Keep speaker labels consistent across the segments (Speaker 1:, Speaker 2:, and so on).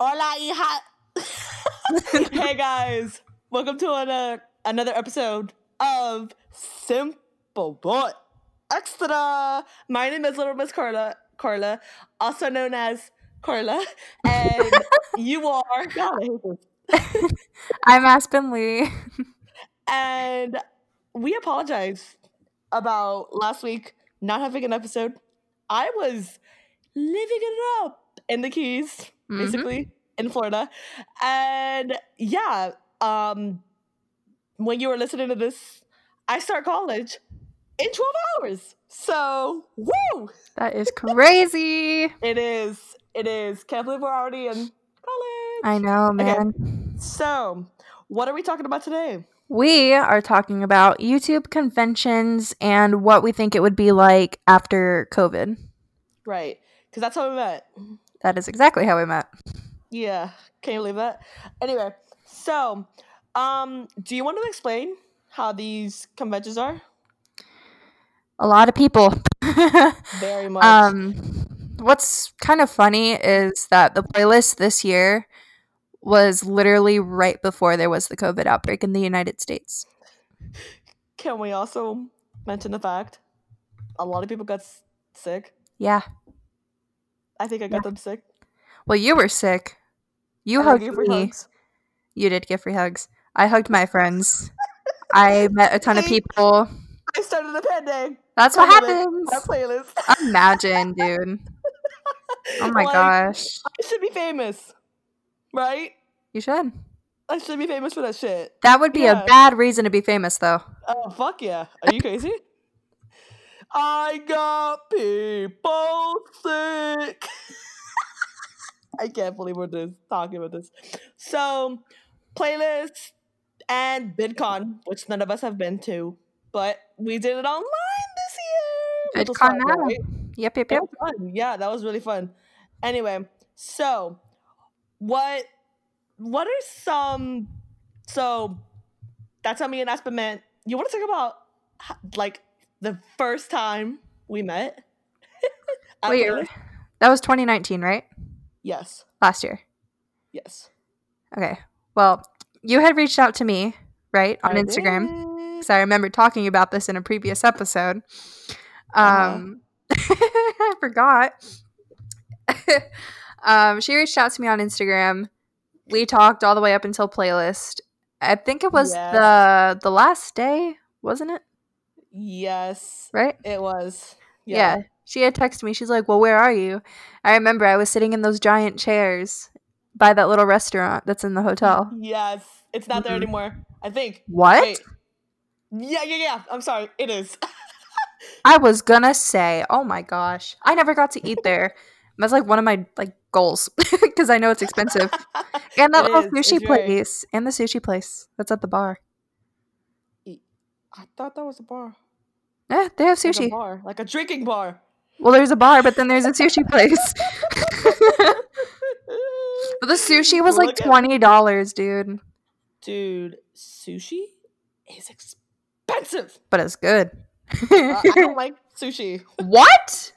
Speaker 1: Hola, hija. hey guys, welcome to another another episode of Simple Boy Extra. My name is Little Miss Carla, Carla, also known as Carla, and you are. God, I hate this.
Speaker 2: I'm Aspen Lee.
Speaker 1: And we apologize about last week not having an episode. I was living it up in the Keys,
Speaker 2: Mhm.
Speaker 1: basically, in Florida. And yeah, um, when you were listening to this, I start college in 12 hours. So, woo!
Speaker 2: That is crazy.
Speaker 1: It is. It is. Can't believe we're already in college.
Speaker 2: I know, man.
Speaker 1: So, what are we talking about today?
Speaker 2: We are talking about YouTube conventions and what we think it would be like after COVID.
Speaker 1: Right. Because that's how we met.
Speaker 2: That is exactly how we met.
Speaker 1: Yeah, can you believe that? Anyway, so um, do you want to explain how these conventions are?
Speaker 2: A lot of people.
Speaker 1: Very much.
Speaker 2: um, what's kind of funny is that the playlist this year was literally right before there was the COVID outbreak in the United States.
Speaker 1: can we also mention the fact a lot of people got s- sick?
Speaker 2: Yeah.
Speaker 1: I think I got them sick.
Speaker 2: Well, you were sick. Oh, You
Speaker 1: I
Speaker 2: hugged
Speaker 1: gave
Speaker 2: me.
Speaker 1: free hugs.
Speaker 2: You did get free hugs. I hugged my friends. I met a ton of
Speaker 1: See?
Speaker 2: people.
Speaker 1: I started a pandemic.
Speaker 2: That's what
Speaker 1: Pandemic.
Speaker 2: happens.
Speaker 1: My playlist.
Speaker 2: Imagine, dude. Oh my
Speaker 1: Like,
Speaker 2: gosh.
Speaker 1: I should be famous, right?
Speaker 2: You should.
Speaker 1: I should be famous for that shit.
Speaker 2: That would be
Speaker 1: Yeah.
Speaker 2: a bad reason to be famous, though.
Speaker 1: Oh fuck yeah! Are you crazy? I got people sick. I can't believe we're just talking about this. So, playlists and VidCon, which none of us have been to, but we did it online this year. which was
Speaker 2: VidCon
Speaker 1: fun,
Speaker 2: now.
Speaker 1: right?
Speaker 2: Yep, yep,
Speaker 1: It
Speaker 2: yep.
Speaker 1: was fun. Yeah, that was really fun. Anyway, so what what are some so that's how me and Aspen met. You want to talk about h- like the first time we met? At
Speaker 2: Wait,
Speaker 1: Playlist?
Speaker 2: that was 2019, right?
Speaker 1: Yes.
Speaker 2: Last year.
Speaker 1: Yes.
Speaker 2: Okay. Well, you had reached out to me, right, on
Speaker 1: I
Speaker 2: Instagram.
Speaker 1: did.
Speaker 2: because I remember talking about this in a previous episode.
Speaker 1: Uh-huh.
Speaker 2: Um, I forgot. um, she reached out to me on Instagram. We talked all the way up until playlist. I think it was
Speaker 1: Yes.
Speaker 2: the the last day, wasn't it?
Speaker 1: Yes.
Speaker 2: Right?
Speaker 1: It was.
Speaker 2: Yeah.
Speaker 1: Yeah.
Speaker 2: She had texted me. She's like, "Well, where are you?" I remember I was sitting in those giant chairs by that little restaurant that's in the hotel.
Speaker 1: Yes. It's not there
Speaker 2: Mhm.
Speaker 1: anymore. I think.
Speaker 2: What?
Speaker 1: Wait. Yeah, yeah, yeah. I'm sorry. It is.
Speaker 2: I was gonna say, oh my gosh, I never got to eat there. That's like one of my like goals because I know it's expensive. And that
Speaker 1: It
Speaker 2: little
Speaker 1: is,
Speaker 2: sushi
Speaker 1: it's very-
Speaker 2: place and the sushi place that's at the bar.
Speaker 1: I thought that was a bar.
Speaker 2: Yeah, Eh, they have
Speaker 1: Like a
Speaker 2: sushi.
Speaker 1: bar. Like a drinking bar.
Speaker 2: Well, there's a bar, but then there's a sushi place. but the sushi was like
Speaker 1: Look at-
Speaker 2: twenty dollars, dude.
Speaker 1: Dude, sushi is expensive.
Speaker 2: But it's good.
Speaker 1: Uh, I don't like sushi.
Speaker 2: what?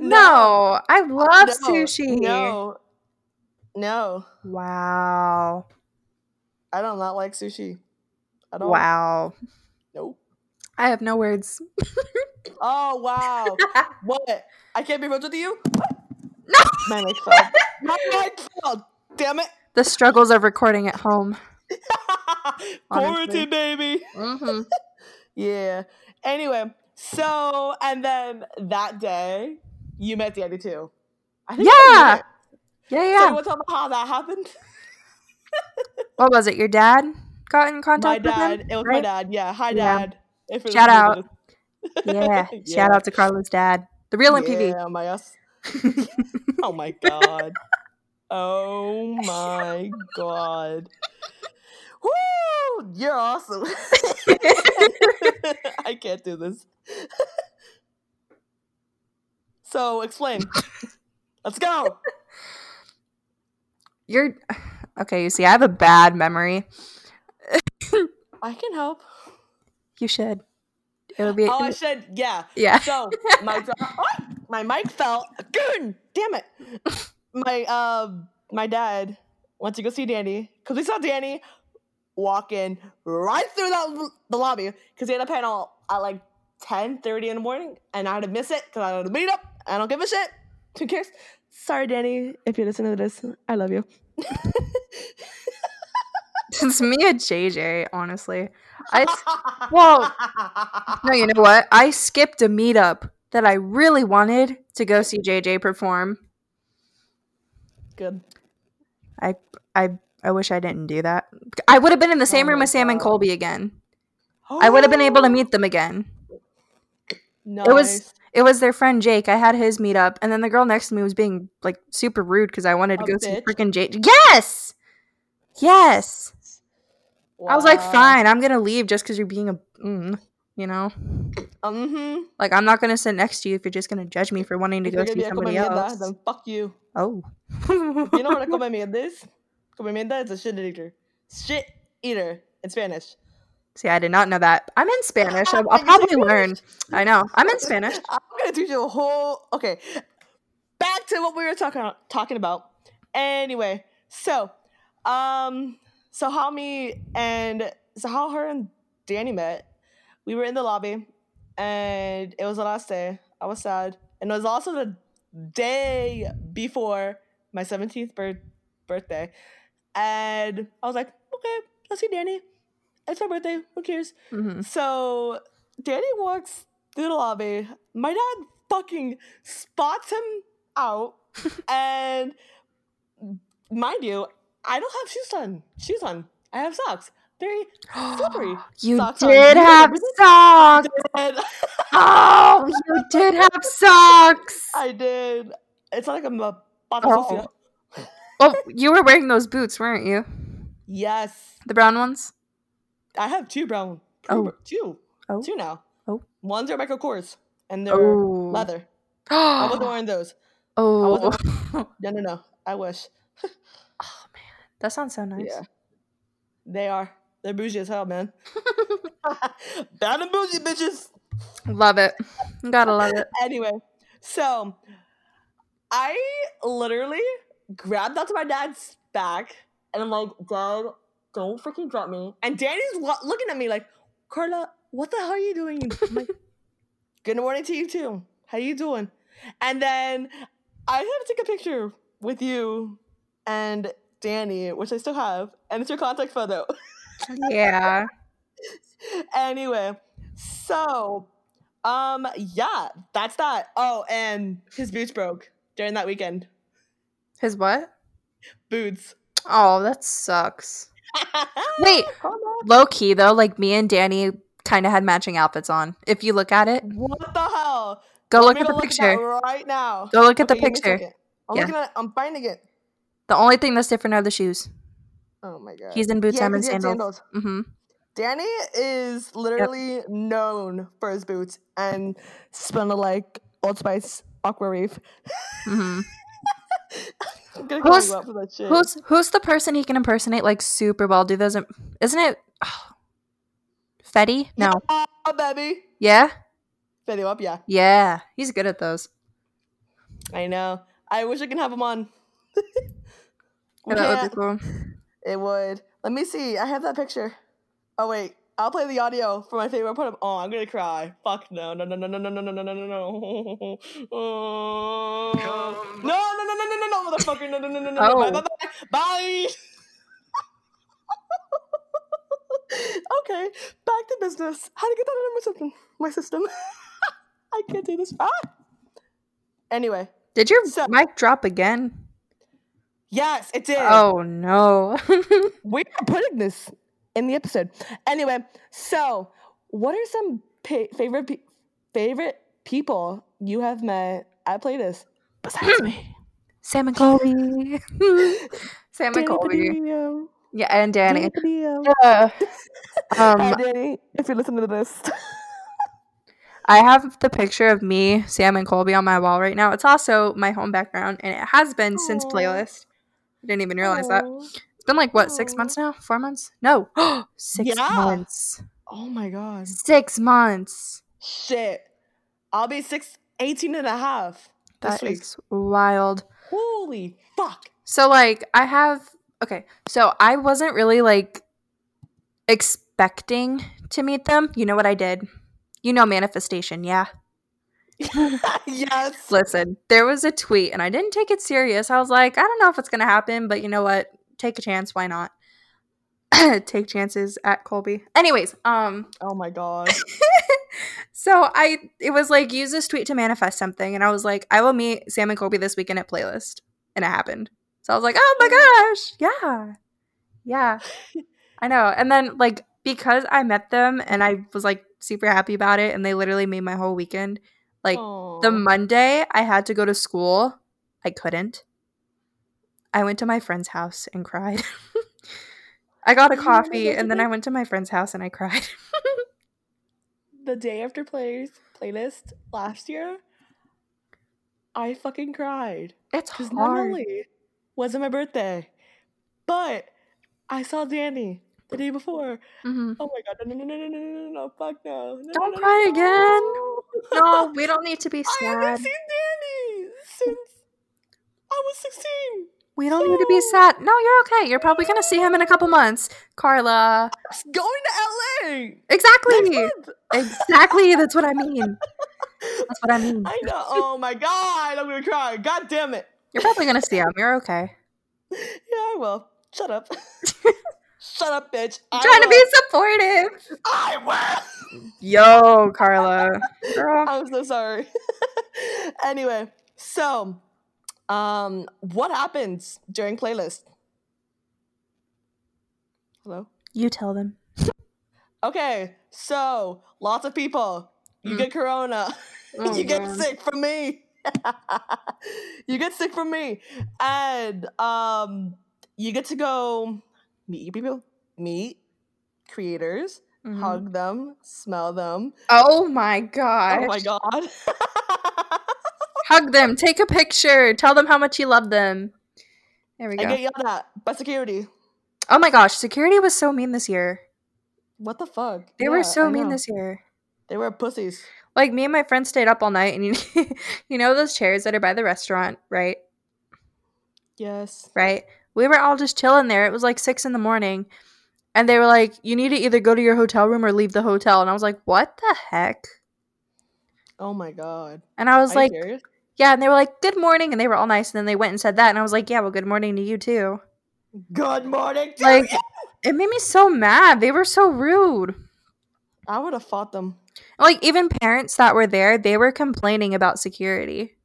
Speaker 2: No, I love
Speaker 1: no,
Speaker 2: sushi.
Speaker 1: No. No.
Speaker 2: Wow.
Speaker 1: I do not like sushi. At all.
Speaker 2: Wow.
Speaker 1: Nope.
Speaker 2: I have no words.
Speaker 1: Oh wow. what? I can't be friends with you? What?
Speaker 2: No.
Speaker 1: My mic fell. My mic fell. Damn it.
Speaker 2: the struggles of recording at home. Honestly.
Speaker 1: Quarantine baby.
Speaker 2: Mm-hmm.
Speaker 1: Yeah. Anyway, so and then that day you met Danny too. I think I
Speaker 2: Yeah.
Speaker 1: knew it.
Speaker 2: Yeah,
Speaker 1: So
Speaker 2: yeah.
Speaker 1: you want to tell me how that happened?
Speaker 2: what was it? Your dad got in contact
Speaker 1: my
Speaker 2: with
Speaker 1: dad.
Speaker 2: him?
Speaker 1: It was my
Speaker 2: right?
Speaker 1: dad. Yeah. Hi,
Speaker 2: Yeah.
Speaker 1: dad. If it
Speaker 2: Shout
Speaker 1: was-
Speaker 2: out. Yeah.
Speaker 1: Yeah.
Speaker 2: Shout out to Carla's dad, the real MPV.
Speaker 1: Yeah, my ass. Oh my god. Oh my god. Woo! You're awesome. I can't do this. So explain. Let's go.
Speaker 2: You're okay. You see, I have a bad memory.
Speaker 1: I can help.
Speaker 2: You should. It would be.
Speaker 1: Oh, I should. Yeah.
Speaker 2: yeah.
Speaker 1: So my dro- Ah! my mic fell. Good. Damn it. my um my dad went to go see Danny because we saw Danny walking right through that, the lobby because he had a panel at like ten thirty in the morning and I had to miss it because I had to meet up. I don't give a shit. Who cares? Sorry, Danny, if you listen to this, I love you.
Speaker 2: It's me and JJ, honestly. I s- well, no, you know what? I skipped a meetup that I really wanted to go see JJ perform.
Speaker 1: good.
Speaker 2: I wish I didn't do that. I would have been in the same
Speaker 1: Oh
Speaker 2: room
Speaker 1: my
Speaker 2: as Sam and
Speaker 1: God.
Speaker 2: Colby again. I would have been able to meet them again.
Speaker 1: Nice.
Speaker 2: It was- It was their friend Jake. I had his meetup, and then the girl next to me was being like super rude because I wanted to
Speaker 1: A
Speaker 2: go see
Speaker 1: bitch.
Speaker 2: freaking Jake. Yes, yes. I was like,
Speaker 1: Wow.
Speaker 2: fine, I'm gonna leave just because you're being a, mm, you know,
Speaker 1: Mhm.
Speaker 2: like I'm not gonna sit next to you if you're just gonna judge me for wanting to
Speaker 1: If
Speaker 2: go
Speaker 1: you're gonna
Speaker 2: see
Speaker 1: be a
Speaker 2: somebody
Speaker 1: comemienda,
Speaker 2: else.
Speaker 1: then fuck you.
Speaker 2: Oh,
Speaker 1: You know what a comemienda is? Comemienda is a shit eater. Shit eater in Spanish.
Speaker 2: See, I did not know that. I'm in Spanish. I'll,
Speaker 1: You
Speaker 2: I'll
Speaker 1: speak
Speaker 2: probably learn. I know. I'm in Spanish.
Speaker 1: I'm gonna teach you a whole. Okay, back to what we were talking talking about. Anyway, so, um, so how me and so how her and Danny met. We were in the lobby, and it was the last day. I was sad, and it was also the day before my seventeenth birth- birthday, and I was like, okay, let's see Danny. It's my birthday. Who cares?
Speaker 2: Mhm.
Speaker 1: So Danny walks through the lobby. My dad fucking spots him out, and mind you, I don't have shoes on. Shoes on. I have socks. Very slippery.
Speaker 2: You
Speaker 1: Socks on.
Speaker 2: did
Speaker 1: You
Speaker 2: have
Speaker 1: remember
Speaker 2: socks.
Speaker 1: And
Speaker 2: Oh, you did have socks.
Speaker 1: I did. It's not like I'm a Bata
Speaker 2: Oh.
Speaker 1: Sofia.
Speaker 2: Oh, you were wearing those boots, weren't you?
Speaker 1: Yes,
Speaker 2: The brown ones.
Speaker 1: I have two brown.
Speaker 2: Oh.
Speaker 1: two.
Speaker 2: Oh.
Speaker 1: Two now.
Speaker 2: Oh.
Speaker 1: One's are Michael Kors, and they're
Speaker 2: Oh.
Speaker 1: leather. I wasn't
Speaker 2: Oh.
Speaker 1: wearing those.
Speaker 2: Oh.
Speaker 1: No, no, no. I wish.
Speaker 2: That sounds so nice.
Speaker 1: Yeah. They are. They're bougie as hell, man. Bad and bougie bitches.
Speaker 2: Love it. Gotta love it.
Speaker 1: Anyway, so I literally grabbed onto my dad's back and I'm like, Dad, don't freaking drop me. And Danny's wa- looking at me like, Carla, what the hell are you doing? I'm like, good morning to you too. How you doing? And then I had to take a picture with you and Danny, which I still have, and it's your contact photo.
Speaker 2: Yeah.
Speaker 1: anyway, so um yeah, that's that. Oh, and his boots broke during that weekend.
Speaker 2: His what?
Speaker 1: Boots.
Speaker 2: Oh, that sucks. Wait, low key though, like me and Danny kind of had matching outfits on. If you look at it,
Speaker 1: What the hell?
Speaker 2: go
Speaker 1: Want
Speaker 2: look
Speaker 1: me
Speaker 2: at
Speaker 1: to
Speaker 2: the
Speaker 1: that
Speaker 2: picture.
Speaker 1: right now.
Speaker 2: Go look at the
Speaker 1: Okay, give me a
Speaker 2: picture.
Speaker 1: second. I'm
Speaker 2: Yeah.
Speaker 1: looking at it. I'm finding it.
Speaker 2: The only thing that's different are the shoes.
Speaker 1: Oh my god.
Speaker 2: He's in boots.
Speaker 1: Yeah,
Speaker 2: I'm in
Speaker 1: 'cause he had
Speaker 2: sandals. Mm-hmm.
Speaker 1: Danny is literally known for his boots and smelling like Old Spice Aqua Reef.
Speaker 2: Mm-hmm.
Speaker 1: I'm gonna call
Speaker 2: Who's-
Speaker 1: you out for that shit.
Speaker 2: Who's who's the person he can impersonate like super well? Do those? im- Isn't it Fetty? No.
Speaker 1: Yeah, baby.
Speaker 2: Yeah.
Speaker 1: Video up, yeah.
Speaker 2: Yeah. He's good at those.
Speaker 1: I know. I wish I can have him on. We
Speaker 2: that would
Speaker 1: can't.
Speaker 2: be cool.
Speaker 1: It would. Let me see. I have that picture. Oh wait. I'll play the audio for my favorite part of Oh, I'm gonna cry. Fuck no. No no no no no no no no no no no. Oh.
Speaker 3: Come.
Speaker 1: No no no no no no no motherfucker. No no no no no. no. Bye
Speaker 2: Oh.
Speaker 1: bye bye. Bye. okay. Back to business. How to get that out of my system. My system. I can't do this. Ah. Anyway.
Speaker 2: Did your
Speaker 1: So-
Speaker 2: mic drop again?
Speaker 1: Yes, it did.
Speaker 2: Oh no.
Speaker 1: We're putting this in the episode. Anyway, so what are some pa- favorite pe- favorite people you have met at Playlist
Speaker 2: Hmm.
Speaker 1: besides me?
Speaker 2: Sam and Colby. Sam and
Speaker 1: Danny
Speaker 2: Colby.
Speaker 1: Padillo.
Speaker 2: Yeah, and Danny.
Speaker 1: Danny Padillo.
Speaker 2: Yeah.
Speaker 1: Hi,
Speaker 2: Um,
Speaker 1: Danny, if you're listening to this.
Speaker 2: I have the picture of me, Sam, and Colby on my wall right now. It's also my home background, and it has been since
Speaker 1: Aw.
Speaker 2: playlist. I didn't even realize that.
Speaker 1: Aw.
Speaker 2: It's been like what six
Speaker 1: Aw.
Speaker 2: months now? Four months? No, six
Speaker 1: Yeah.
Speaker 2: months.
Speaker 1: Oh my god.
Speaker 2: Six months.
Speaker 1: Shit. I'll be six, 18 and a half this
Speaker 2: That
Speaker 1: week.
Speaker 2: is wild.
Speaker 1: Holy fuck.
Speaker 2: So like I have okay, so I wasn't really like expecting to meet them. You know what I did? You know manifestation, yeah.
Speaker 1: yes.
Speaker 2: Listen, there was a tweet and I didn't take it serious. I was like, I don't know if it's going to happen, but you know what? Take a chance, why not? take chances at Colby. Anyways, um
Speaker 1: Oh my god.
Speaker 2: so I it was like use this tweet to manifest something, and I was like, I will meet Sam and Colby this weekend at playlist, and it happened. So I was like, oh my gosh, yeah, yeah, I know. And then like because I met them and I was like super happy about it, and they literally made my whole weekend. Like the
Speaker 1: Aw.
Speaker 2: Monday I had to go to school, I couldn't. I went to my friend's house and cried. I got a
Speaker 1: You remember
Speaker 2: coffee
Speaker 1: those
Speaker 2: and then I
Speaker 1: events?
Speaker 2: went to my friend's house and I cried.
Speaker 1: the day after plays playlist last year, I fucking cried.
Speaker 2: It's
Speaker 1: Because not
Speaker 2: hard.
Speaker 1: only was it my birthday, but I saw Danny the day before.
Speaker 2: Mhm.
Speaker 1: Oh my god, no, no, no, no, no, no, no, no, fuck no. No, no, no,
Speaker 2: Don't
Speaker 1: no,
Speaker 2: cry again.
Speaker 1: no.
Speaker 2: No, we don't need to be
Speaker 1: I haven't
Speaker 2: sad.
Speaker 1: seen Danny since I was 16.
Speaker 2: We don't need to be
Speaker 1: So
Speaker 2: sad. No, you're okay. You're probably going to see him in a couple months. Carla.
Speaker 1: I'm going to LA next
Speaker 2: Exactly.
Speaker 1: month.
Speaker 2: Exactly. That's what I mean. That's what I mean.
Speaker 1: I know. Oh my god, I'm gonna cry. God damn it.
Speaker 2: You're probably going to see him. You're okay.
Speaker 1: Yeah, I will. Shut up. Shut up, bitch.
Speaker 2: I'm
Speaker 1: I
Speaker 2: trying to be
Speaker 1: will.
Speaker 2: supportive.
Speaker 1: I will.
Speaker 2: Yo, Carla. Girl.
Speaker 1: I'm so sorry. anyway, so um what happens during playlist? Hello?
Speaker 2: You tell them.
Speaker 1: Okay, so lots of people. You
Speaker 2: Mm.
Speaker 1: get corona.
Speaker 2: Oh,
Speaker 1: you get
Speaker 2: God.
Speaker 1: sick from me. you get sick from me. And um you get to go meet people, meet creators,
Speaker 2: Mhm.
Speaker 1: hug them, smell them.
Speaker 2: Oh, my
Speaker 1: Oh my
Speaker 2: gosh.
Speaker 1: god.
Speaker 2: Hug them. Take a picture. Tell them how much you love them. There we
Speaker 1: I
Speaker 2: go.
Speaker 1: get yelled at by security.
Speaker 2: Oh, my gosh. Security was so mean this year.
Speaker 1: What the fuck?
Speaker 2: They were
Speaker 1: Yeah,
Speaker 2: so
Speaker 1: I
Speaker 2: mean
Speaker 1: know.
Speaker 2: this year.
Speaker 1: They were pussies.
Speaker 2: Like me and my friend stayed up all night, and you, you know those chairs that are by the restaurant, right?
Speaker 1: Yes.
Speaker 2: Right. We were all just chilling there. It was like six in the morning, and they were like, "You need to either go to your hotel room or leave the hotel." And I was like, "What the heck?"
Speaker 1: Oh my god.
Speaker 2: And I was
Speaker 1: Are you
Speaker 2: like,
Speaker 1: serious?
Speaker 2: "Yeah." And they were like, "Good morning," and they were all nice. And then they went and said that, and I was like, "Yeah, well, good morning to you too."
Speaker 1: Good morning to
Speaker 2: Like,
Speaker 1: you.
Speaker 2: it made me so mad. They were so rude.
Speaker 1: I would have fought them.
Speaker 2: Like, even parents that were there, they were complaining about security.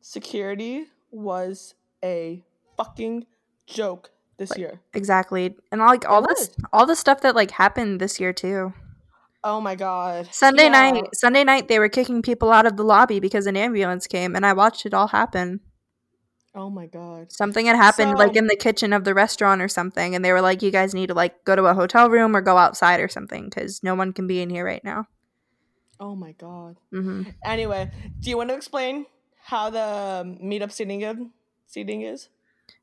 Speaker 1: Security was a fucking joke this
Speaker 2: Like,
Speaker 1: year.
Speaker 2: exactly and like
Speaker 1: It
Speaker 2: all this
Speaker 1: was.
Speaker 2: all the stuff that like happened this year too
Speaker 1: Oh my god.
Speaker 2: sunday
Speaker 1: Yeah.
Speaker 2: night sunday night they were kicking people out of the lobby because an ambulance came and i watched it all happen
Speaker 1: Oh my god.
Speaker 2: something had happened like
Speaker 1: So
Speaker 2: in the kitchen of the restaurant or something and they were like you guys need to like go to a hotel room or go outside or something because no one can be in here right now
Speaker 1: oh my god.
Speaker 2: hmm
Speaker 1: Anyway, do you want to explain how the um, meetup seating is? Seating is?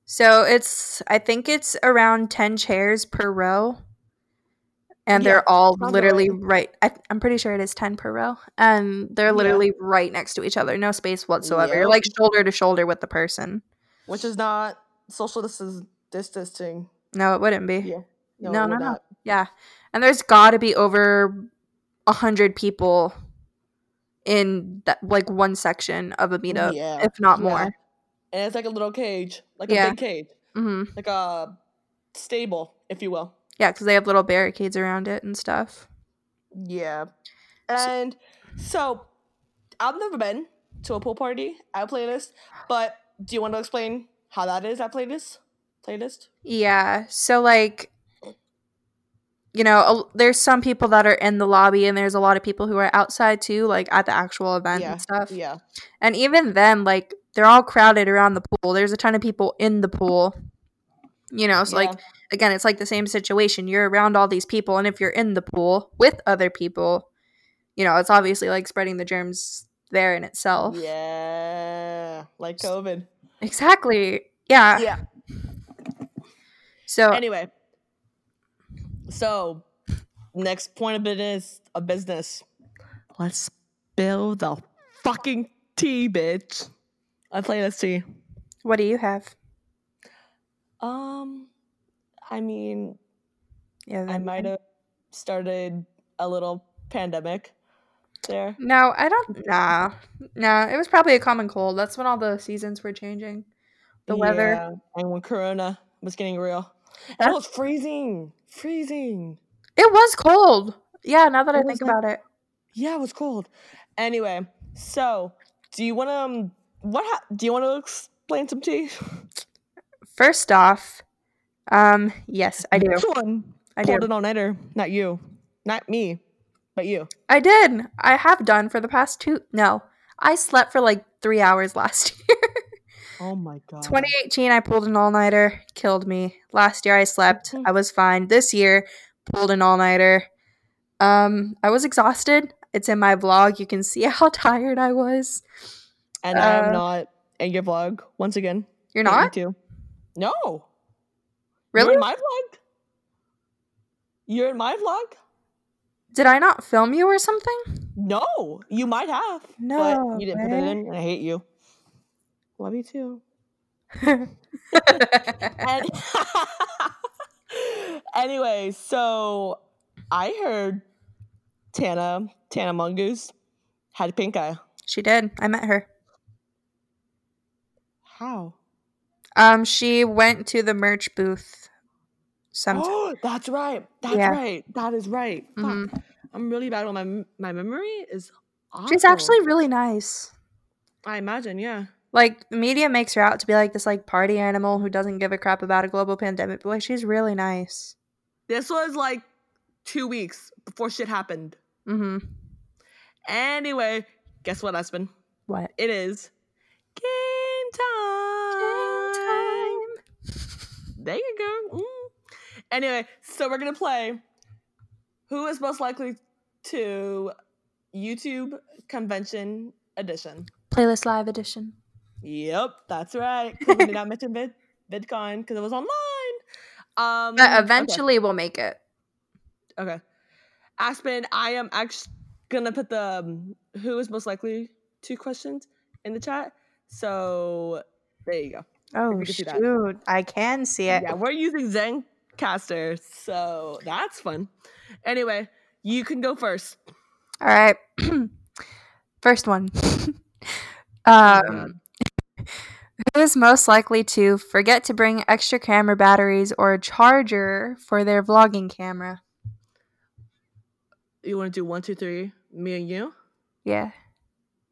Speaker 2: so it's i think it's around 10 chairs per row and
Speaker 1: Yeah.
Speaker 2: they're all
Speaker 1: Sounds about right.
Speaker 2: literally right I, i'm pretty sure it is 10 per row and they're
Speaker 1: Yeah.
Speaker 2: literally right next to each other no space whatsoever you're
Speaker 1: Yep.
Speaker 2: like shoulder to shoulder with the person
Speaker 1: Which is not social dis- distancing.
Speaker 2: no it wouldn't be
Speaker 1: Yeah. No,
Speaker 2: no
Speaker 1: it
Speaker 2: no
Speaker 1: would
Speaker 2: no
Speaker 1: not.
Speaker 2: yeah and there's gotta be over a 100 people in that like one section of a meetup
Speaker 1: Yeah.
Speaker 2: if not
Speaker 1: Yeah.
Speaker 2: more
Speaker 1: And it's like a little cage, like a
Speaker 2: yeah
Speaker 1: big cage,
Speaker 2: hmm
Speaker 1: like a stable, if you will.
Speaker 2: yeah because they have little barricades around it and stuff
Speaker 1: Yeah.
Speaker 2: so,
Speaker 1: And so I've never been to a pool party at Playlist, but do you want to explain how that is at Playlist? Playlist?
Speaker 2: yeah so like you know, a- there's some people that are in the lobby and there's a lot of people who are outside too, like at the actual event and
Speaker 1: Yeah.
Speaker 2: stuff.
Speaker 1: Yeah.
Speaker 2: And even then, like, they're all crowded around the pool. There's a ton of people in the pool, you know, so
Speaker 1: Yeah.
Speaker 2: like, again, it's like the same situation. You're around all these people, and if you're in the pool with other people, you know, it's obviously like spreading the germs there in itself.
Speaker 1: Yeah. Like
Speaker 2: S-
Speaker 1: COVID.
Speaker 2: Exactly. Yeah.
Speaker 1: Yeah.
Speaker 2: So,
Speaker 1: Anyway, so next point of business of business. Let's spill the fucking tea, bitch. I play this tea.
Speaker 2: What do you have?
Speaker 1: Um, I mean,
Speaker 2: Yeah,
Speaker 1: I
Speaker 2: then-
Speaker 1: might have started a little pandemic there.
Speaker 2: No, I don't. Nah, nah. It was probably a common cold. That's when all the seasons were changing. The weather.
Speaker 1: Yeah, and when Corona was getting real, and it
Speaker 2: That's-
Speaker 1: was freezing, freezing.
Speaker 2: It was cold. Yeah, now that I
Speaker 1: It
Speaker 2: think
Speaker 1: was like-
Speaker 2: about it.
Speaker 1: Yeah, it was cold. Anyway, so do you want to? Um, what ha- do you want to explain some tea?
Speaker 2: First off, um, yes, I do.
Speaker 1: This one
Speaker 2: I
Speaker 1: pulled
Speaker 2: do.
Speaker 1: an all nighter. Not you, not me, but you.
Speaker 2: I did. I have done for the past two. No, I slept for like three hours last year.
Speaker 1: Oh my god.
Speaker 2: 2018, I pulled an all nighter, killed me. Last year, I slept.
Speaker 1: Mhm.
Speaker 2: I was fine. This year, pulled an all nighter. Um, I was exhausted. It's in my vlog. You can see how tired I was.
Speaker 1: and I
Speaker 2: uh,
Speaker 1: am not in your vlog once again.
Speaker 2: You're
Speaker 1: Hate you
Speaker 2: not
Speaker 1: too. No. You're
Speaker 2: really?
Speaker 1: in my vlog? You're in my vlog?
Speaker 2: Did I not film you or something?
Speaker 1: No. You might have.
Speaker 2: No
Speaker 1: But you didn't put that
Speaker 2: way.
Speaker 1: in, and I hate you. Love you too.
Speaker 2: I
Speaker 1: And anyway, so I heard Tana, Tana Mongoose, had pink eye.
Speaker 2: she did. I met her.
Speaker 1: How?
Speaker 2: Um, she went to the merch booth. Sometime.
Speaker 1: Oh, that's right. That's
Speaker 2: Yeah.
Speaker 1: right. That is right. Fuck.
Speaker 2: Mhm.
Speaker 1: I'm really bad on my m- my memory. Is awful.
Speaker 2: She's actually really nice.
Speaker 1: I imagine, yeah.
Speaker 2: Like the media makes her out to be like this like party animal who doesn't give a crap about a global pandemic, but like she's really nice.
Speaker 1: This was like two weeks before shit happened.
Speaker 2: hmm
Speaker 1: Anyway, guess what, Aspen?
Speaker 2: What?
Speaker 1: It is game time. There you go. Mm. Anyway, so we're gonna play. Who is most likely to YouTube convention edition?
Speaker 2: Playlist live edition.
Speaker 1: Yep, that's right. 'cause we did not mention Vid- VidCon because it was online. Um,
Speaker 2: But
Speaker 1: okay.
Speaker 2: Uh, eventually we'll make it.
Speaker 1: Okay. Aspen, I am actually gonna put the um, who is most likely to questions in the chat. So there you go.
Speaker 2: Oh
Speaker 1: you can see that.
Speaker 2: shoot. I can see it.
Speaker 1: Yeah, we're using Zencaster, so that's fun. Anyway, you can go first.
Speaker 2: All right. First one.
Speaker 1: Oh my
Speaker 2: um,
Speaker 1: God.
Speaker 2: Who is most likely to forget to bring extra camera batteries or a charger for their vlogging camera?
Speaker 1: You want to do one, two, three? Me and you.
Speaker 2: Yeah.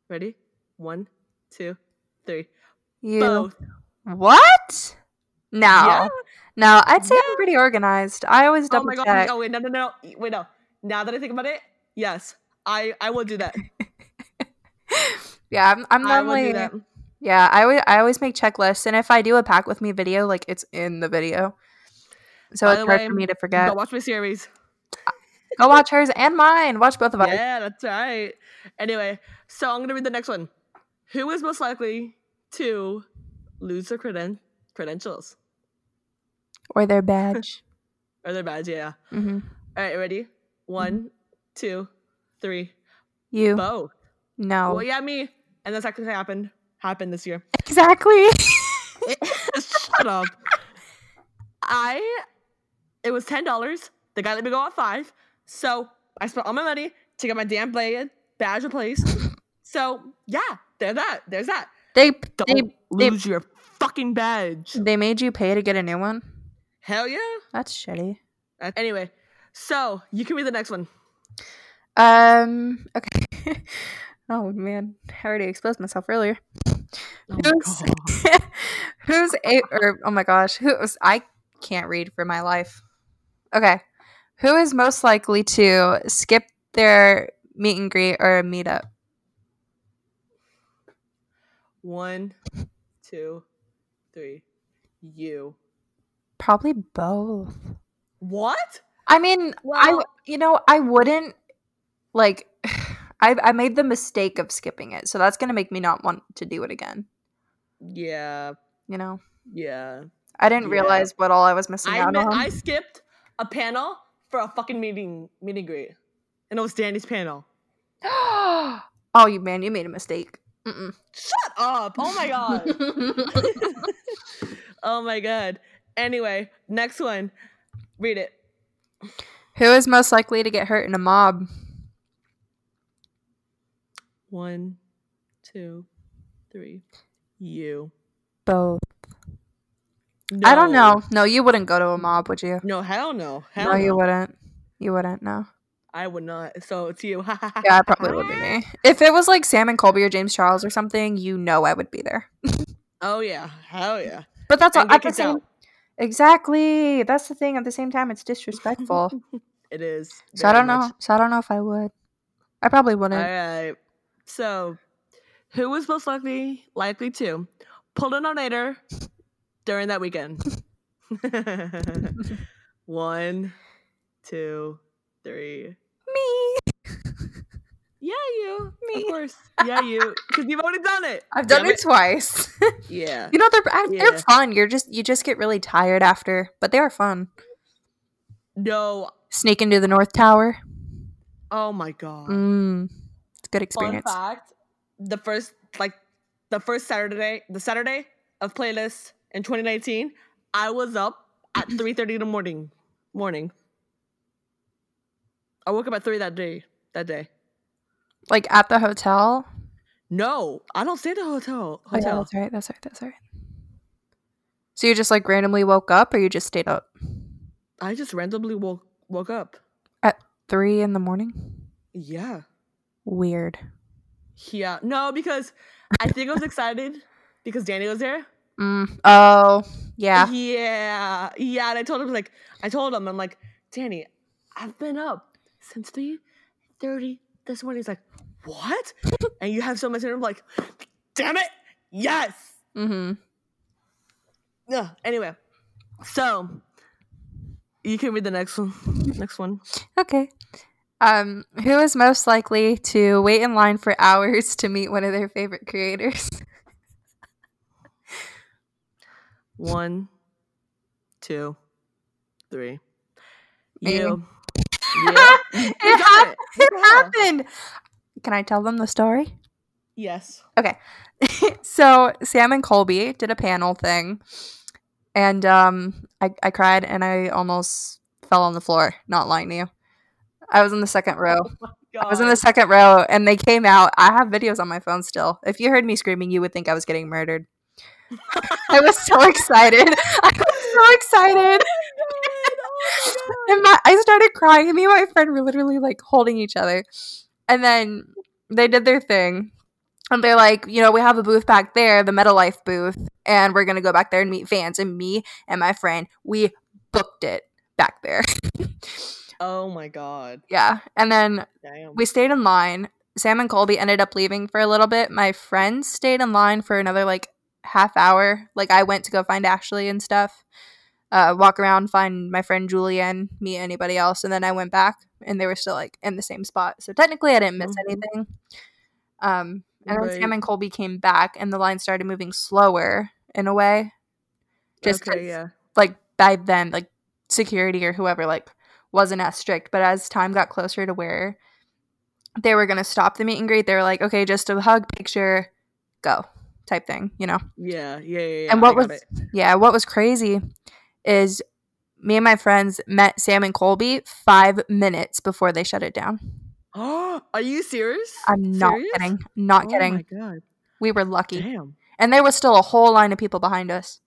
Speaker 1: Ready? One, two, three.
Speaker 2: You. Oh.
Speaker 1: Both.
Speaker 2: What? No.
Speaker 1: Yeah.
Speaker 2: No, I'd say
Speaker 1: Yeah.
Speaker 2: I'm pretty organized. I always
Speaker 1: Oh
Speaker 2: double
Speaker 1: my god.
Speaker 2: check.
Speaker 1: Oh wait, no, no, no, wait, no. Now that I think about it, yes, I I will do that.
Speaker 2: yeah, I'm, I'm
Speaker 1: I will
Speaker 2: normally.
Speaker 1: do that.
Speaker 2: Yeah, I always, I always make checklists, and if I do a pack with me video, like it's in the video, so
Speaker 1: By
Speaker 2: it's
Speaker 1: the
Speaker 2: hard
Speaker 1: way,
Speaker 2: for me to forget.
Speaker 1: Go
Speaker 2: Go,
Speaker 1: watch my series.
Speaker 2: watch hers and mine. Watch both of us.
Speaker 1: Yeah, that's right. Anyway, so I'm gonna read the next one. Who is most likely to lose their creden- credentials
Speaker 2: Or their badge.
Speaker 1: or their badge? Yeah.
Speaker 2: hmm
Speaker 1: All right, ready? One, two, three.
Speaker 2: You.
Speaker 1: Bo.
Speaker 2: no.
Speaker 1: Well, yeah, me. And that's actually happened. Happened this year.
Speaker 2: Exactly.
Speaker 1: Shut up. I. It was ten dollars. The guy let me go at five. So I spent all my money to get my damn bla- badge replaced. So yeah, there's that. There's that.
Speaker 2: they, they,
Speaker 1: Don't
Speaker 2: they-
Speaker 1: lose your fucking badge.
Speaker 2: they made you pay to get a new one.
Speaker 1: Hell yeah.
Speaker 2: That's shitty.
Speaker 1: Uh, Anyway, so you can read the next one.
Speaker 2: Um. Okay. oh man, I already exposed myself earlier.
Speaker 1: Oh my
Speaker 2: Who's,
Speaker 1: God.
Speaker 2: who's a or oh my gosh, who's I can't read for my life. Okay. Who is most likely to skip their meet and greet or a meetup?
Speaker 1: One, two, three. You.
Speaker 2: Probably both.
Speaker 1: What?
Speaker 2: I mean, I w-
Speaker 1: Well-
Speaker 2: you know, I wouldn't like I I made the mistake of skipping it. So that's going to make me not want to do it again,
Speaker 1: Yeah.
Speaker 2: you know.
Speaker 1: Yeah.
Speaker 2: I didn't
Speaker 1: Yeah.
Speaker 2: realize what all I was missing
Speaker 1: I
Speaker 2: out
Speaker 1: met,
Speaker 2: on.
Speaker 1: I skipped a panel for a fucking meeting meeting greet, and it was Danny's panel.
Speaker 2: oh, you man, you made a mistake. Mm-mm.
Speaker 1: Shut up. Oh my god. oh my god. Anyway, next one. Read it.
Speaker 2: Who is most likely to get hurt in a mob?
Speaker 1: One, two, three. You.
Speaker 2: Both. I don't
Speaker 1: No.
Speaker 2: know. No, you wouldn't go to a mob, would you?
Speaker 1: No, hell no. Hell
Speaker 2: no, you
Speaker 1: no.
Speaker 2: wouldn't. You wouldn't. No.
Speaker 1: I would not. So it's you.
Speaker 2: Yeah, it probably would be me. If it was like Sam and Colby or James Charles or something, you know I would be there.
Speaker 1: Oh yeah. Hell yeah.
Speaker 2: But that's all,
Speaker 1: And get
Speaker 2: at the
Speaker 1: kicked
Speaker 2: same.
Speaker 1: out.
Speaker 2: Exactly. That's the thing. At the same time, it's disrespectful.
Speaker 1: It is.
Speaker 2: so I
Speaker 1: very
Speaker 2: don't know.
Speaker 1: much.
Speaker 2: So I don't know if I would. I probably wouldn't.
Speaker 1: All right. So, who was most likely likely to pull an onator during that weekend? One, two, three.
Speaker 2: Me.
Speaker 1: Yeah, you.
Speaker 2: Me.
Speaker 1: Of course. Yeah, you. Because you've already done it.
Speaker 2: I've done
Speaker 1: Damn
Speaker 2: it twice.
Speaker 1: Yeah.
Speaker 2: you know they're I- they're
Speaker 1: Yeah.
Speaker 2: fun. You're just you just get really tired after, but they are fun.
Speaker 1: No.
Speaker 2: Sneak into the North Tower.
Speaker 1: Oh my god.
Speaker 2: Mm, it's a good
Speaker 1: Fun
Speaker 2: experience.
Speaker 1: fact: the first, like, the first Saturday, the Saturday of playlist in 2019, I was up at 3:30 in the morning. Morning. I woke up at three that day. That day.
Speaker 2: Like at the hotel.
Speaker 1: No, I don't stay at the hotel.
Speaker 2: Oh, yeah,
Speaker 1: Hotel.
Speaker 2: that's right. That's right. That's right. So you just like randomly woke up, or you just stayed up
Speaker 1: I just randomly woke woke up.
Speaker 2: three in the morning?
Speaker 1: Yeah.
Speaker 2: Weird.
Speaker 1: Yeah. No, because I think I was excited because Danny was there.
Speaker 2: Mm. Oh, yeah.
Speaker 1: Yeah. Yeah. And I told him, like, I told him, I'm like, Danny, I've been up since three thirty this morning. He's like, what? and you have so much in I'm like, damn it. Yes.
Speaker 2: Mm-hmm.
Speaker 1: Yeah. Anyway, so you can read the next one. Next one.
Speaker 2: Okay. Um, who is most likely to wait in line for hours to meet one of their favorite creators?
Speaker 1: One, two, three.
Speaker 2: Me.
Speaker 1: You. Yeah.
Speaker 2: it
Speaker 1: You got
Speaker 2: hap-
Speaker 1: it.
Speaker 2: it
Speaker 1: Yeah.
Speaker 2: happened. Can I tell them the story?
Speaker 1: Yes.
Speaker 2: so Sam and Colby did a panel thing, and um, I, I cried and I almost fell on the floor. Not lying to you, I was in the second row. I was in the
Speaker 1: God.
Speaker 2: second row, and they came out. I have videos on my phone still. If you heard me screaming, you would think I was getting murdered. I was so excited. I was so excited.
Speaker 1: Oh my God.
Speaker 2: And my, I started crying. And me and my friend were literally like holding each other. And then they did their thing. And they're like, you know, we have a booth back there, the MetaLife booth, and we're going to go back there and meet fans. And me and my friend, we booked it back there.
Speaker 1: Oh my god.
Speaker 2: yeah. And then
Speaker 1: Damn.
Speaker 2: we stayed in line. Sam and Colby ended up leaving for a little bit. My friends stayed in line for another like half hour. Like I went to go find Ashley and stuff, uh, walk around, find my friend Julianne, meet anybody else, and then I went back, and they were still like in the same spot. So technically, I didn't miss
Speaker 1: Mhm.
Speaker 2: anything. Um, and then Sam
Speaker 1: Right.
Speaker 2: and Colby came back, and the line started moving slower in a way, just 'cause
Speaker 1: okay, yeah.
Speaker 2: like by then like security or whoever like wasn't as strict but as time got closer to where they were going to stop the meet and greet they were like okay just a hug picture go type thing you know
Speaker 1: Yeah, yeah, yeah. yeah,
Speaker 2: and what
Speaker 1: I got
Speaker 2: was
Speaker 1: it.
Speaker 2: yeah what was crazy is me and my friends met sam and colby five minutes before they shut it down
Speaker 1: Oh, are you serious?
Speaker 2: i'm not
Speaker 1: Serious?
Speaker 2: kidding not
Speaker 1: oh
Speaker 2: kidding
Speaker 1: my god.
Speaker 2: we were lucky
Speaker 1: Damn.
Speaker 2: and there was still a whole line of people behind us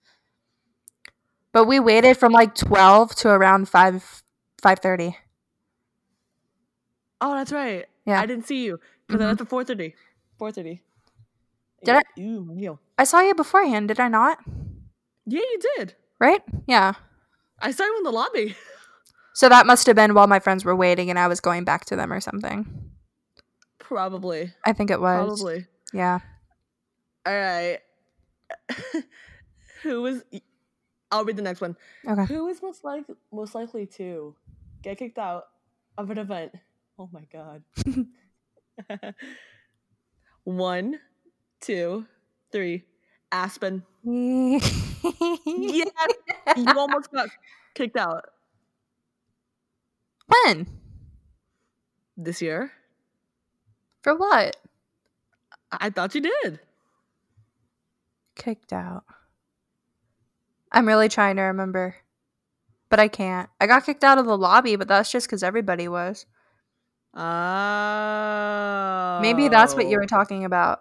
Speaker 2: but we waited from like 12 to around 5 5.30
Speaker 1: Oh, that's right.
Speaker 2: Yeah.
Speaker 1: I didn't see you because
Speaker 2: Mhm.
Speaker 1: I left at four thirty. Four thirty.
Speaker 2: Did I-
Speaker 1: Ew, my heel.
Speaker 2: I saw you beforehand, did I not?
Speaker 1: Yeah, you did.
Speaker 2: Right? Yeah.
Speaker 1: I saw you in the lobby.
Speaker 2: So that must have been while my friends were waiting and I was going back to them or something.
Speaker 1: Probably.
Speaker 2: I think it was.
Speaker 1: Probably.
Speaker 2: Yeah.
Speaker 1: All right. Who was? I'll read the next one.
Speaker 2: Okay.
Speaker 1: Who is most like most likely to get kicked out of an event? Oh my god. One, two, three. Aspen. Yeah, you almost got kicked out
Speaker 2: when?
Speaker 1: this year.
Speaker 2: For what?
Speaker 1: I thought you did.
Speaker 2: Kicked out. I'm really trying to remember, but I can't. I got kicked out of the lobby, but that's just because everybody was.
Speaker 1: Oh.
Speaker 2: Maybe that's what you were talking about.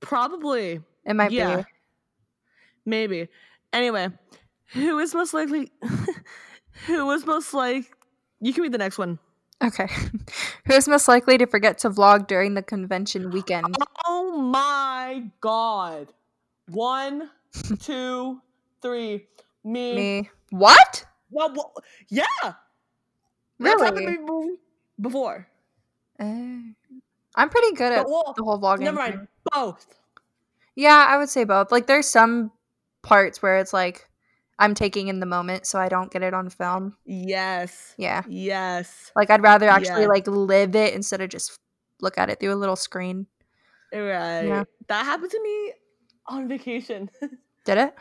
Speaker 1: Probably.
Speaker 2: It might
Speaker 1: Yeah.
Speaker 2: be.
Speaker 1: Maybe. Anyway, who is most likely? who was most like? You can read the next one.
Speaker 2: Okay. Who's most likely to forget to vlog during the convention weekend?
Speaker 1: Oh my god! One, two, three. Me.
Speaker 2: Me. What?
Speaker 1: Well, well, yeah. That's happened
Speaker 2: Really?
Speaker 1: to me bef- before.
Speaker 2: Oh. I'm pretty good at
Speaker 1: But, well,
Speaker 2: the whole vlogging.
Speaker 1: never
Speaker 2: thing.
Speaker 1: mind. Both.
Speaker 2: Yeah, I would say both. Like, there's some parts where it's like I'm taking in the moment, so I don't get it on film.
Speaker 1: Yes.
Speaker 2: Yeah,
Speaker 1: Yes.
Speaker 2: like I'd rather actually
Speaker 1: Yeah.
Speaker 2: like live it instead of just look at it through a little screen.
Speaker 1: Right. That happened to me on vacation.
Speaker 2: Did it?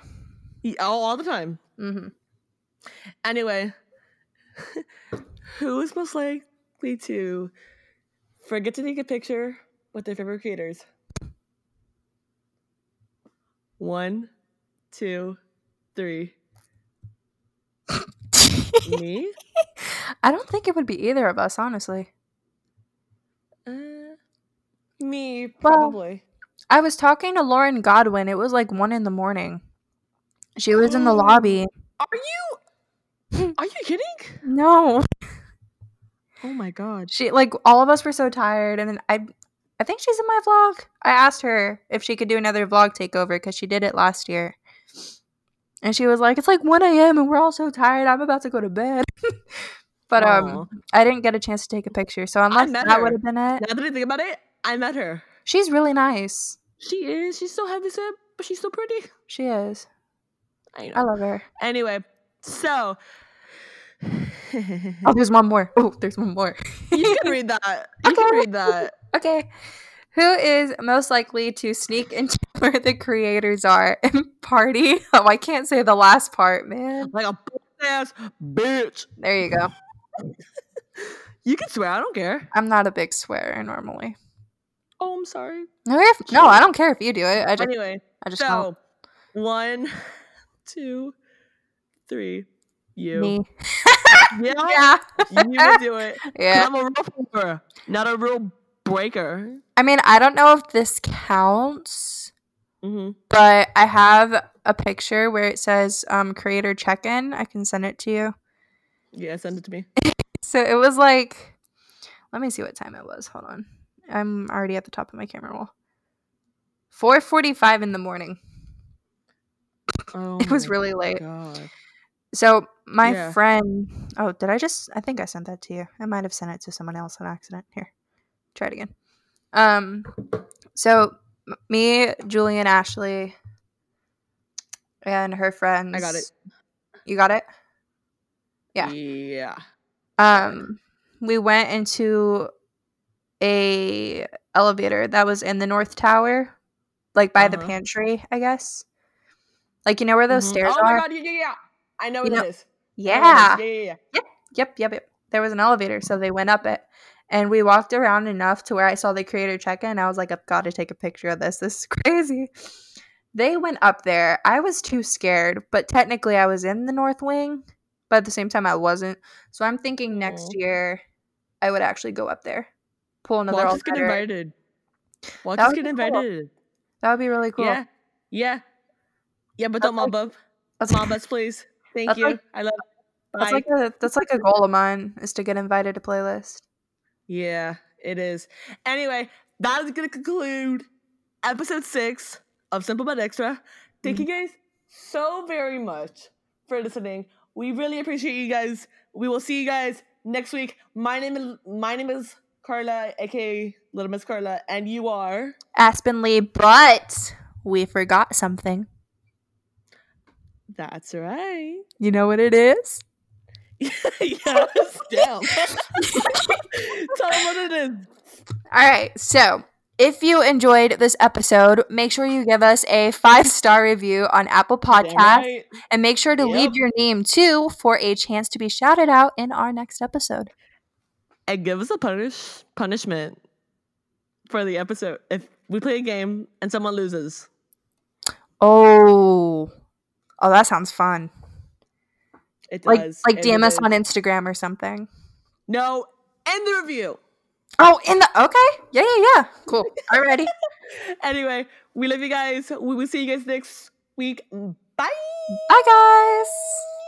Speaker 1: Yeah, all, all the time.
Speaker 2: Mm-hmm.
Speaker 1: Anyway, who is most likely to forget to take a picture with their favorite creators? One, two, three. Me?
Speaker 2: I don't think it would be either of us, honestly.
Speaker 1: Uh, me,
Speaker 2: Well-
Speaker 1: probably.
Speaker 2: I was talking to Lauren Godwin. It was like one in the morning. She was in the lobby.
Speaker 1: Are you? Are you kidding?
Speaker 2: No,
Speaker 1: Oh my god.
Speaker 2: she like all of us were so tired, and then I, I think she's in my vlog. I asked her if she could do another vlog takeover because she did it last year, and she was like, "It's like one a.m. and we're all so tired. I'm about to go to bed." but um,
Speaker 1: Aw.
Speaker 2: I didn't get a chance to take a picture, so unless
Speaker 1: met
Speaker 2: that
Speaker 1: her.
Speaker 2: would have been it,
Speaker 1: now that I think about it, I met her.
Speaker 2: she's really nice.
Speaker 1: She is. She's so heavy set, but she's so pretty.
Speaker 2: She is.
Speaker 1: I know.
Speaker 2: I love her.
Speaker 1: Anyway, so
Speaker 2: Oh, there's one more. Oh, there's one more.
Speaker 1: you can read that. You can
Speaker 2: Okay.
Speaker 1: read that.
Speaker 2: Okay. Who is most likely to sneak into where the creators are and party? Oh, I can't say the last part, man.
Speaker 1: Like a ass bitch.
Speaker 2: There you go.
Speaker 1: You can swear. I don't care.
Speaker 2: I'm not a big swearer normally.
Speaker 1: Oh, I'm sorry.
Speaker 2: No, if, no, I don't care if you do it. I just,
Speaker 1: Anyway,
Speaker 2: I just
Speaker 1: so one, two, three. You.
Speaker 2: don't. Me.
Speaker 1: Yeah,
Speaker 2: Yeah,
Speaker 1: you do it.
Speaker 2: yeah.
Speaker 1: I'm a rule breaker, not a rule breaker.
Speaker 2: I mean, I don't know if this counts,
Speaker 1: hmm
Speaker 2: but I have a picture where it says um, "creator check-in." I can send it to you.
Speaker 1: Yeah, send it to me.
Speaker 2: So it was like, let me see what time it was. Hold on, I'm already at the top of my camera roll. Four forty-five in the morning.
Speaker 1: Oh
Speaker 2: It was
Speaker 1: my
Speaker 2: really late.
Speaker 1: God.
Speaker 2: So my
Speaker 1: Yeah.
Speaker 2: friend, oh, did I just? I think I sent that to you. I might have sent it to someone else on accident. Here, try it again. Um, so m- me, Julie, and Ashley, and her friends.
Speaker 1: I got it.
Speaker 2: You got it. Yeah.
Speaker 1: Yeah.
Speaker 2: um we went into a elevator that was in the north tower like by the
Speaker 1: Uh-huh.
Speaker 2: pantry i guess like you know where those
Speaker 1: Mhm.
Speaker 2: stairs
Speaker 1: Oh
Speaker 2: are
Speaker 1: my God. Yeah, yeah, yeah. I know
Speaker 2: You
Speaker 1: what
Speaker 2: know-
Speaker 1: it is. I know
Speaker 2: yeah
Speaker 1: what it is. Yeah, yeah, yeah.
Speaker 2: yep yep yep there was an elevator so they went up it and we walked around enough to where i saw the creator check in i was like i've got to take a picture of this this is crazy they went up there i was too scared but technically i was in the north wing but at the same time i wasn't so i'm thinking next
Speaker 1: Aw.
Speaker 2: year i would actually go up there pull another
Speaker 1: Oh. Well, just get
Speaker 2: all-nighter.
Speaker 1: invited. Well,
Speaker 2: That
Speaker 1: just
Speaker 2: would
Speaker 1: get
Speaker 2: be cool.
Speaker 1: invited.
Speaker 2: that would be really cool
Speaker 1: Yeah, yeah, yeah. But
Speaker 2: That's
Speaker 1: don't
Speaker 2: like-
Speaker 1: mob up,
Speaker 2: that's,
Speaker 1: mob us, please. Thank
Speaker 2: That's
Speaker 1: you.
Speaker 2: like-
Speaker 1: I love. It. Bye.
Speaker 2: that's like a that's like a goal of mine is to get invited to playlist
Speaker 1: yeah, it is. Anyway, that is gonna conclude episode six of Simple But Extra. Thank you
Speaker 2: Mm-hmm.
Speaker 1: guys so very much for listening. We really appreciate you guys. We will see you guys next week. My name is my name is Carla, aka Little Miss Carla, and you are.
Speaker 2: aspen lee but we forgot something
Speaker 1: That's right.
Speaker 2: you know what it is
Speaker 1: yes, damn. Tell them what it is.
Speaker 2: All right. So, if you enjoyed this episode, make sure you give us a five star review on Apple Podcasts
Speaker 1: Damn right.
Speaker 2: and make sure to
Speaker 1: Yep.
Speaker 2: leave your name too for a chance to be shouted out in our next episode.
Speaker 1: And give us a punish punishment for the episode if We play a game and someone loses.
Speaker 2: Oh. Oh, that sounds fun.
Speaker 1: It
Speaker 2: Like
Speaker 1: does.
Speaker 2: like
Speaker 1: and
Speaker 2: DM
Speaker 1: it
Speaker 2: us
Speaker 1: is-
Speaker 2: on Instagram or something.
Speaker 1: No, end the review.
Speaker 2: Oh, in the okay. Yeah, yeah, yeah. Cool. Alrighty.
Speaker 1: Anyway, we love you guys. We will see you guys next week. Bye.
Speaker 2: Bye guys.